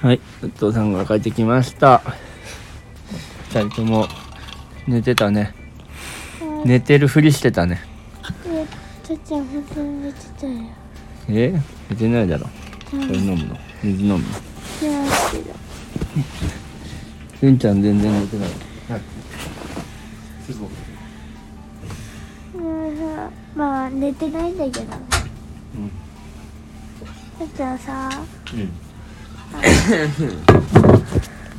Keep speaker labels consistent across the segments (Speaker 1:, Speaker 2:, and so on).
Speaker 1: はい、ウッドさんが帰ってきました。二人とも寝てたね。寝てるふりしてたね。
Speaker 2: 父ちゃん本当に寝てたよ。
Speaker 1: え寝てないだろ。
Speaker 2: うん
Speaker 1: これ飲むの。水飲むの。
Speaker 2: いやけど。
Speaker 1: しんちゃん全然寝てない。
Speaker 2: うんさまあ寝てないんだけど。
Speaker 1: ん
Speaker 2: 父ちゃんさ、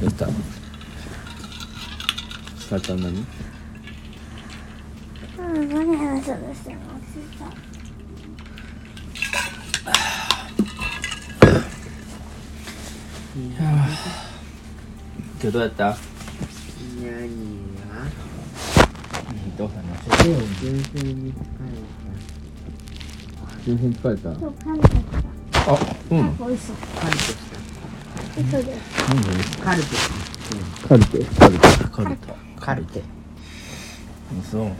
Speaker 1: どうしたスカちゃん何
Speaker 2: うん何話そうとしても忘れ
Speaker 1: 今日どうやった
Speaker 3: 何が
Speaker 1: どうかな
Speaker 3: 手を純粋に使
Speaker 1: 全然疲れた。
Speaker 2: た。今日パンダが
Speaker 1: あ、うん。なん
Speaker 2: 美味しい。
Speaker 3: えたカルテした
Speaker 2: 嘘です。
Speaker 1: で
Speaker 3: カルテ
Speaker 1: カルテカルテカルテ。
Speaker 3: カルテ
Speaker 1: そう。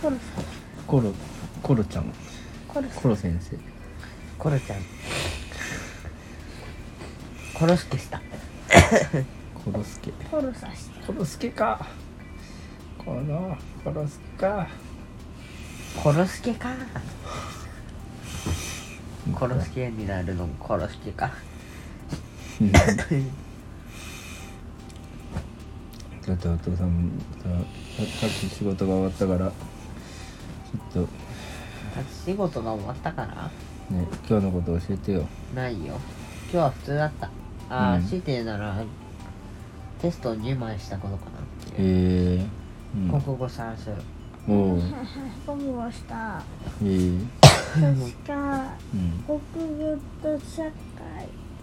Speaker 2: コロ
Speaker 1: コロ、コロちゃん。
Speaker 2: コロ
Speaker 1: コロ先生。
Speaker 3: コロちゃんコロスケした
Speaker 1: コロスケ。
Speaker 2: コロさして。
Speaker 1: コロスケか。コロ、コロスケか。
Speaker 3: コロスケか コロスケになるのもコロスケか
Speaker 1: うんちょっとお父さんもささっき仕事が終わったからちょっ
Speaker 3: 仕事が終わったから
Speaker 1: とね今日のこと教えてよ
Speaker 3: ないよ今日は普通だったああ、
Speaker 1: うん
Speaker 3: 強いて言うならテスト2枚したことか
Speaker 1: へえ
Speaker 3: な国語算数
Speaker 1: うん、おう
Speaker 2: ゴムをした。
Speaker 1: えー、
Speaker 2: 確か
Speaker 1: うん
Speaker 2: 国語と社会。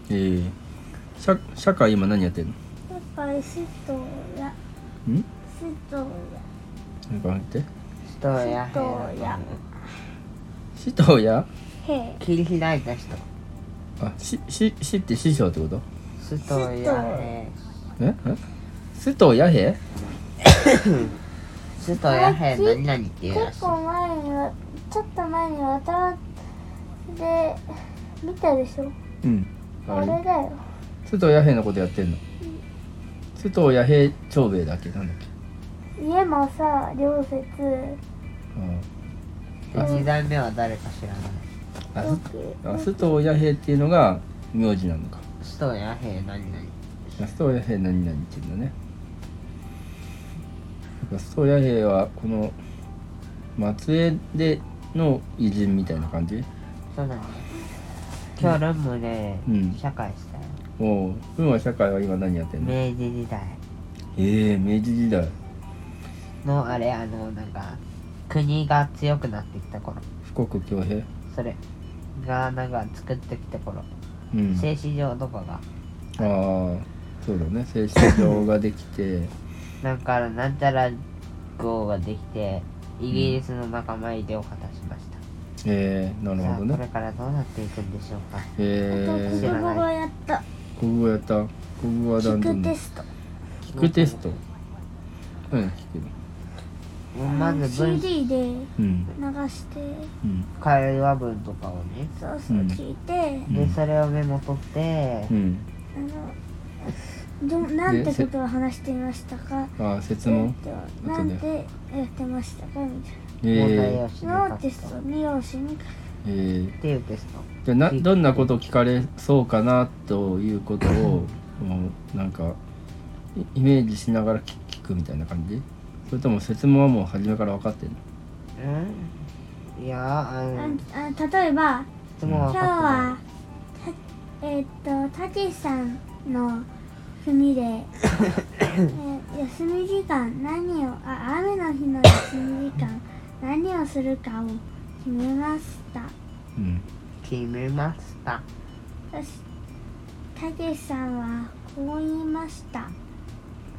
Speaker 1: えー、社社会今何やってんの
Speaker 2: 社会シートや
Speaker 1: ん
Speaker 2: シートや
Speaker 1: なんか待って
Speaker 3: 人や兵
Speaker 2: 人や
Speaker 1: 師匠や
Speaker 2: 兵。
Speaker 3: 切り開いた人
Speaker 1: あしし師って師匠ってこと
Speaker 3: 人や
Speaker 1: ええ須藤弥平
Speaker 3: 兵人や兵何々っていうらし
Speaker 2: 結
Speaker 3: い
Speaker 2: 構前にはちょっと前に渡で見たでしょ
Speaker 1: うん
Speaker 2: あれだよ
Speaker 1: 須藤弥平のことやってんの須藤弥平長兵衛だっけなんだっけ
Speaker 2: 家もさ両説
Speaker 1: うん
Speaker 3: 二代目は誰か知らない
Speaker 1: あすあ須藤弥平っていうのが名字なのか
Speaker 3: 人や兵何々
Speaker 1: あ須藤弥平何々っていうんだねなんか須藤弥平はこの松江での偉人みたいな感じ
Speaker 3: そうだね今日ルームで
Speaker 1: うん
Speaker 3: 社会したよ
Speaker 1: おう文は社会は今何やってんのえ
Speaker 3: 明治時代
Speaker 1: え明治時代
Speaker 3: のあれあのなんか国が強くなってきた頃
Speaker 1: 富国強兵
Speaker 3: それがなんか作ってきた頃
Speaker 1: うん
Speaker 3: 製糸場とかが
Speaker 1: ああそうだね製糸場ができて
Speaker 3: なんかなんちゃら号ができてイギリスの仲間入りを果たしました、
Speaker 1: ええなる
Speaker 3: さあ
Speaker 1: ほど
Speaker 3: これ
Speaker 1: ね
Speaker 3: からどうなっていくんでしょうか
Speaker 1: え
Speaker 2: 国
Speaker 3: 知ら
Speaker 1: え
Speaker 3: ない
Speaker 2: 語がやった
Speaker 1: 国語やった国語はだ
Speaker 2: 聞
Speaker 1: んだ
Speaker 2: く
Speaker 1: ん
Speaker 2: テスト
Speaker 1: 聞くテストうん聞く
Speaker 3: もうまず文
Speaker 2: CD で
Speaker 1: うん
Speaker 2: 流して
Speaker 1: うん
Speaker 3: 会話文とかをね
Speaker 2: そうそう
Speaker 1: うん
Speaker 2: 聞いて、
Speaker 1: う
Speaker 3: で
Speaker 1: ん
Speaker 3: それをメモ取って
Speaker 1: うん
Speaker 2: あのどなんて
Speaker 1: せ
Speaker 2: ことを話していましたか
Speaker 1: ああ説問後で
Speaker 2: なんてやってましたかみたい
Speaker 3: 問題
Speaker 1: え
Speaker 3: 用紙
Speaker 2: な
Speaker 3: に
Speaker 2: の
Speaker 3: 書
Speaker 2: テ
Speaker 3: く
Speaker 2: ス
Speaker 3: と
Speaker 2: ト2用紙に
Speaker 1: えー
Speaker 3: っていうテスト
Speaker 1: じゃあなどんなことを聞かれそうかなということをもうなんかイイメージしながら聞聞くみたいな感じそれとも説問はもう初めから分かってるの
Speaker 3: うんいやあ
Speaker 2: あ
Speaker 3: の
Speaker 2: あ例えば
Speaker 3: 質問
Speaker 2: 今日
Speaker 3: は分か
Speaker 2: はたえーっとたけしさんの組 で、えー休み時間何をあ雨の日の休み時間何をするかを決めました
Speaker 1: うん
Speaker 3: ってない決めました
Speaker 2: そしたけしさんはこう言いました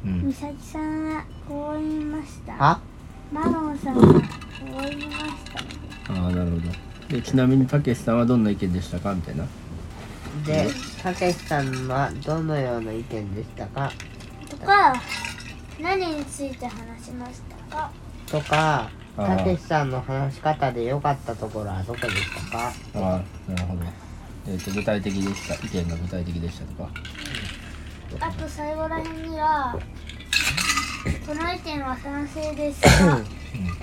Speaker 1: うん
Speaker 2: 美咲さんはこう言いました
Speaker 3: は
Speaker 2: マロンさんはこう言いました
Speaker 1: ああなるほどでちなみにたけしさんはどんな意見でしたかみたいな
Speaker 3: でたけしさんはどのような意見でしたか
Speaker 2: とか何について話しましたか
Speaker 3: とか
Speaker 1: あ
Speaker 3: たけしさんの話し方で良かったところはどこでしたか
Speaker 1: ああなるほどえー、と具体的でした意見が具体的でしたとか
Speaker 2: あと最後らへんにはこの意見は賛成ですか、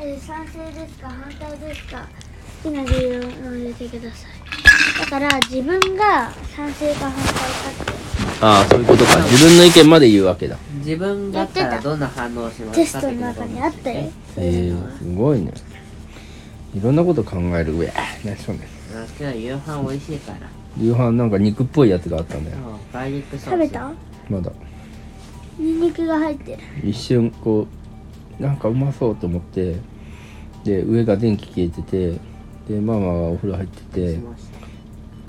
Speaker 2: えー賛成ですか反対ですか好きな理由を入れてくださいだから自分が賛成か反対かっ
Speaker 1: ああそういうことか自分の意見まで言うわけだ
Speaker 3: 自分だったらどんな反応をしま
Speaker 2: て
Speaker 3: すか
Speaker 2: テストの中にあったよそうい
Speaker 1: え
Speaker 2: うのは
Speaker 1: ー、すごいねいろんなこと考える上何しょね
Speaker 3: あ今日夕飯美味しいから
Speaker 1: 夕飯なんか肉っぽいやつがあったんだよ
Speaker 3: そうガーリックソース
Speaker 2: 食べた
Speaker 1: まだ
Speaker 2: ニンニクが入ってる
Speaker 1: 一瞬こうなんかうまそうと思ってで上が電気消えててでママがお風呂入って
Speaker 3: してました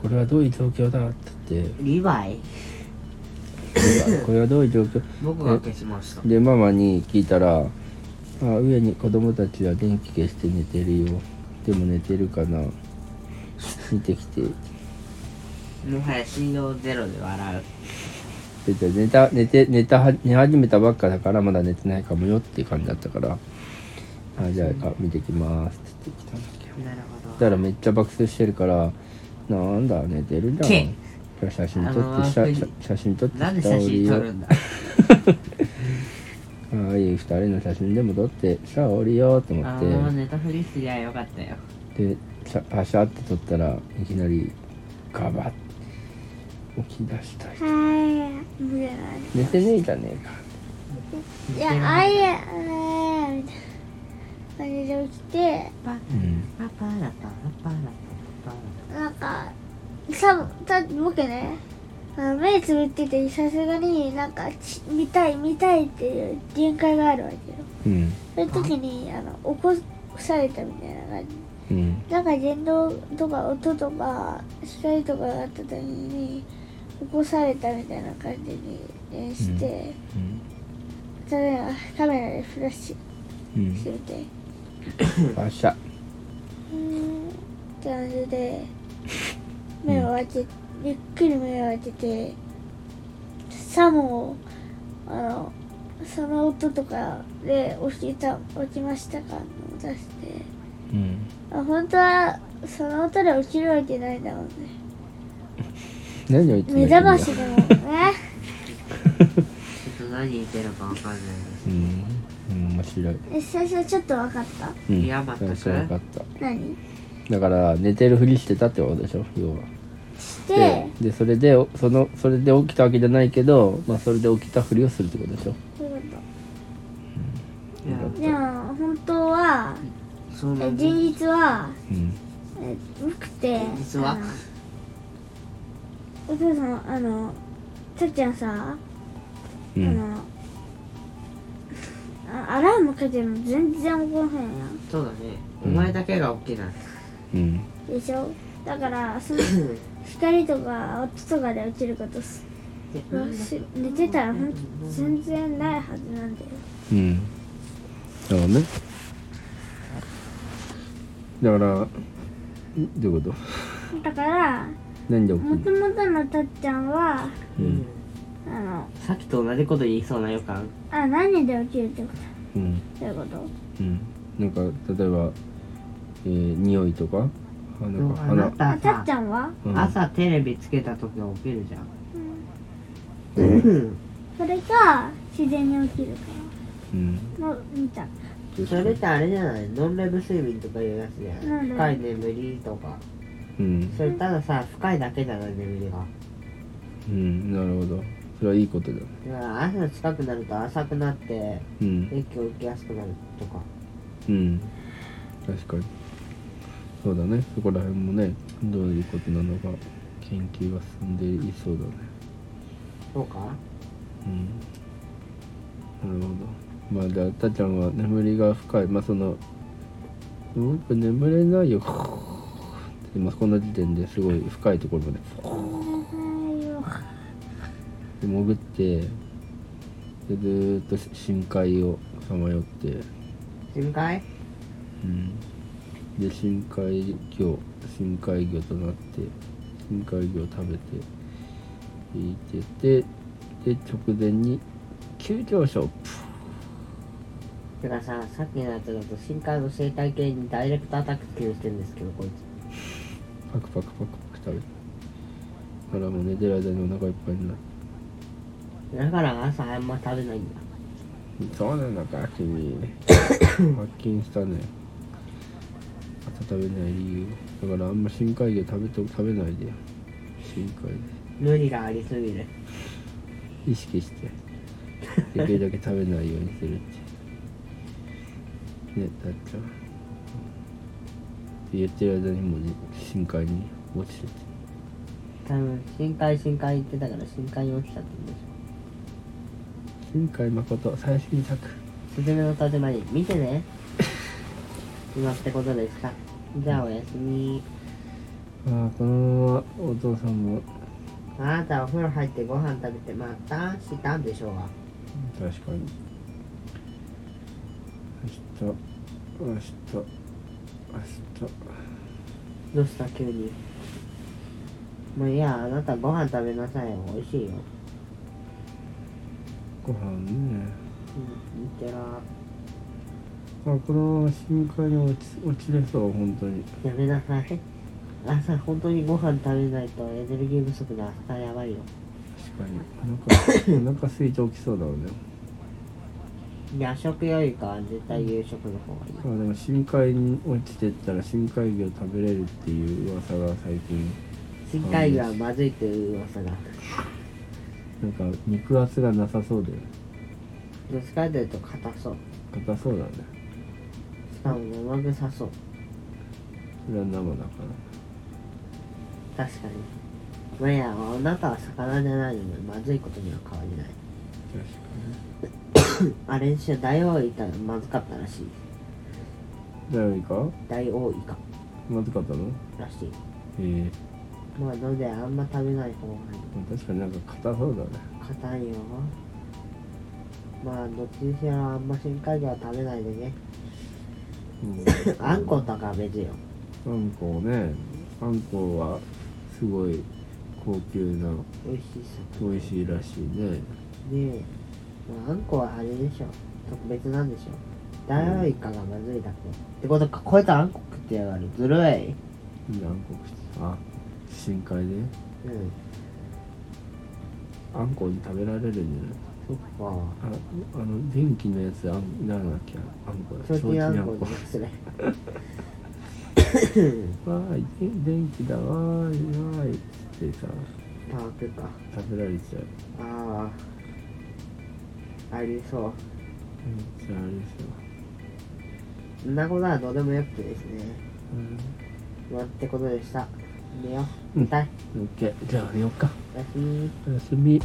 Speaker 1: これはどういう状況だって言って
Speaker 3: リヴァイ
Speaker 1: これ はこれはどういう状況
Speaker 3: 僕が消しました
Speaker 1: でママに聞いたら「あ上に子供たちは電気消して寝てるよでも寝てるかな見てきて」
Speaker 3: もはや信用ゼロで笑
Speaker 1: でじゃあ寝た寝て寝たは寝始めたばっかだからまだ寝てないかもよっていう感じだったから「あじゃああ見てきます」って言ってきたんだっけ
Speaker 3: うなるほ
Speaker 1: だからめっちゃ爆睡してるからなんだ寝てるじゃん
Speaker 3: け
Speaker 1: これ写真撮って、
Speaker 3: あのー
Speaker 1: 写
Speaker 3: ふじ
Speaker 1: 写写真撮っ
Speaker 3: ど
Speaker 1: て
Speaker 3: なんで写真撮
Speaker 1: よ
Speaker 3: るんだ
Speaker 1: ああいい二人の写真でも撮ってさあ降りようと思
Speaker 3: あ
Speaker 1: っ
Speaker 3: もう
Speaker 1: て
Speaker 3: ネタフリすりゃよかったよ
Speaker 1: でさパシャって撮ったらいきなりガバッ起き出したい
Speaker 2: はいみたいな
Speaker 1: 寝てねえじゃねえか
Speaker 2: いや、あいや、あいや、みたいな感じで起きて、
Speaker 1: うん
Speaker 3: パパラパラパラパラ
Speaker 2: なんか、さ、た、僕ね、あの目つぶってて、さすがになんか、ち見たい、見たいっていう限界があるわけよ。
Speaker 1: うん
Speaker 2: そういう時に、あの、起こされたみたいな感じ。
Speaker 1: うん
Speaker 2: なんか言動とか音とか光とかがあった時に、起こされたみたいな感じにえーして、例えばカメラでフラッシ
Speaker 1: うんう
Speaker 2: ュし
Speaker 1: ん
Speaker 2: てみて。
Speaker 1: パシャ
Speaker 2: うーんって感じ で目を開けゆっくり目を開けてさもあのその音とかで起きた起きましたかを出して
Speaker 1: うん
Speaker 2: あ本当はその音で起きるわけないだもんね
Speaker 1: 何を言ってんだ
Speaker 2: 目覚ましでも ね
Speaker 3: ちょっと何言ってるかわかんないです
Speaker 1: うんうん面白い、
Speaker 2: え最初ちょっと分かった
Speaker 1: うん、
Speaker 3: いや全く
Speaker 1: 面白かった
Speaker 2: 何
Speaker 1: だから寝てるふりしてたってことでしょ要は
Speaker 2: して
Speaker 1: でそれでおそのそれで起きたわけじゃないけど、まあ、それで起きたふりをするってことでしょ
Speaker 2: そういうこ
Speaker 3: いや
Speaker 2: とでも本当は
Speaker 3: そうな
Speaker 2: え
Speaker 3: んだ
Speaker 2: 現実は
Speaker 1: うん
Speaker 2: えよくて
Speaker 3: 実は
Speaker 2: あのお父さんあのさっちゃんさ、
Speaker 1: う
Speaker 2: あ
Speaker 1: ん
Speaker 2: のあアラームかけても全然起こらへんやん
Speaker 3: そうだねお
Speaker 1: うん
Speaker 3: 前だけが起きない
Speaker 1: うん
Speaker 2: でしょだから その光とか音とかで落ちることすし寝てたらほんと全然ないはずなんだよ
Speaker 1: うんだからねだからんどういうこと
Speaker 2: だから
Speaker 1: 何で起き
Speaker 2: もと
Speaker 1: る
Speaker 2: もとのたっちゃんは
Speaker 1: う
Speaker 3: うんん
Speaker 2: あの
Speaker 3: さっきと同じこと言いそうな予感
Speaker 2: あ何で起きるってこ
Speaker 1: う
Speaker 2: と
Speaker 1: ん
Speaker 2: どういうこと
Speaker 1: うんなんか例えば、えー、匂いとか鼻か
Speaker 3: あな
Speaker 1: 鼻
Speaker 3: た
Speaker 2: あたっ
Speaker 3: さ
Speaker 2: ちゃんは
Speaker 1: うん
Speaker 3: 朝テレビつけた時起きるじゃん
Speaker 2: それが自然に起きるか
Speaker 1: うん
Speaker 2: らもう見た
Speaker 1: どうし
Speaker 3: そ
Speaker 1: よ
Speaker 3: れ
Speaker 1: う
Speaker 3: ってあれじゃないノンレム睡眠とかいうやつじゃな
Speaker 2: う
Speaker 3: い
Speaker 2: ん
Speaker 3: 深い眠りとか
Speaker 1: うん
Speaker 3: それたださ深いだけじゃない眠りが
Speaker 1: うんなるほどそれはいいことだ
Speaker 3: だから朝近くなると浅くなって
Speaker 1: うん
Speaker 3: 息を起きやすくなるとか
Speaker 1: うん確かにそうだねそこら辺もねどういうことなのか研究が進んでいそうだね
Speaker 3: そうか
Speaker 1: うんなるほどまあじゃあたっちゃんは眠りが深いまあその僕眠れないよ って今この時点ですごい深いところまで
Speaker 2: はいよ
Speaker 1: で潜ってでずーっと深海をさまよって、
Speaker 3: 深海
Speaker 1: うん、で深海魚深海魚となって深海魚を食べていててで直前に急上昇プ
Speaker 3: てかささっきのやつだと深海の生態系にダイレクトアタックっていうのしてるんですけどこい
Speaker 1: パクパクパクパク食べて
Speaker 3: つ
Speaker 1: からも寝てる間にお腹いっぱいになる
Speaker 3: だから朝あんま食べないんだ
Speaker 1: そうなのか君発見したね朝食べない理由だからあんま深海魚食べて食べないで深海
Speaker 3: 無理がありすぎる
Speaker 1: 魚意識してできるだけ食べないようにするってねだっちゃん言ってる間にもうね深海に落ちてて
Speaker 3: 多分深海深海言ってたから深海に落ちちゃったんでし
Speaker 1: 深海誠最新作
Speaker 3: ょすずめの戸締まり見てね今ってことですかじゃあおやすみ
Speaker 1: ああこのままお父さんも
Speaker 3: あなたはお風呂入ってご飯食べてまたしたんでしょうが
Speaker 1: 確かに明日明日明日
Speaker 3: どうした急にもういいやあなたご飯食べなさいよ美味しいよ、
Speaker 1: ご飯ね
Speaker 3: うん、いってら
Speaker 1: あこのまま深海に落ち落ちれそう本当に
Speaker 3: やめなさい朝本当にご飯食べないとエネルギー不足で朝やばいよ
Speaker 1: 確かにお腹お腹空いて起きそうだろうね
Speaker 3: 夜食よりかは絶対夕食の方がいい
Speaker 1: あでも深海に落ちてったら深海魚食べれるっていう噂が最近
Speaker 3: 深海魚はまずいという噂が
Speaker 1: なんか肉厚がなさそうで
Speaker 3: どっちかというと硬そう
Speaker 1: 硬そうだね
Speaker 3: しかも生臭そう
Speaker 1: それは生だから
Speaker 3: 確かにまあいいやあなたは魚じゃないのでまずいことには変わりない
Speaker 1: 確かに
Speaker 3: あ練習ダイオウイカがまずかったらしい
Speaker 1: 誰か
Speaker 3: ダイオウイカ
Speaker 1: まずかったの
Speaker 3: らしい
Speaker 1: ええー
Speaker 3: まあのであんま食べない方がいい
Speaker 1: まあ確かになんか硬そうだね
Speaker 3: 硬いよまあどっちにしろあんま深海魚は食べないで ねあんことかは別よ
Speaker 1: あんこねあんこはすごい高級な
Speaker 3: 美味し
Speaker 1: 美味しいらしいね
Speaker 3: いねえ、まあ、あんこはあれでしょ特別なんでしょダイオウイカがまずいだけ、ってことかこいつあんこ食ってやがるずるい
Speaker 1: いいあんこ口あ深海で
Speaker 3: うん
Speaker 1: あんこに食べられるんじゃ
Speaker 3: そっか
Speaker 1: ないああの電気のやつあんなんだっけあんこだ
Speaker 3: ちょうちんあんこ
Speaker 1: 提灯
Speaker 3: にすれ
Speaker 1: わーいで電気だわーいわーいっつってさ
Speaker 3: パークか
Speaker 1: 食べられちゃう
Speaker 3: ああありそう
Speaker 1: めっちゃあれですよ
Speaker 3: そんなことはどうでもよくてですね。
Speaker 1: うん
Speaker 3: まあ、ってことでした。寝よう。
Speaker 1: うん
Speaker 3: 寝たい。
Speaker 1: オッケーじゃあ寝ようか
Speaker 3: おやすみ。
Speaker 1: おやすみ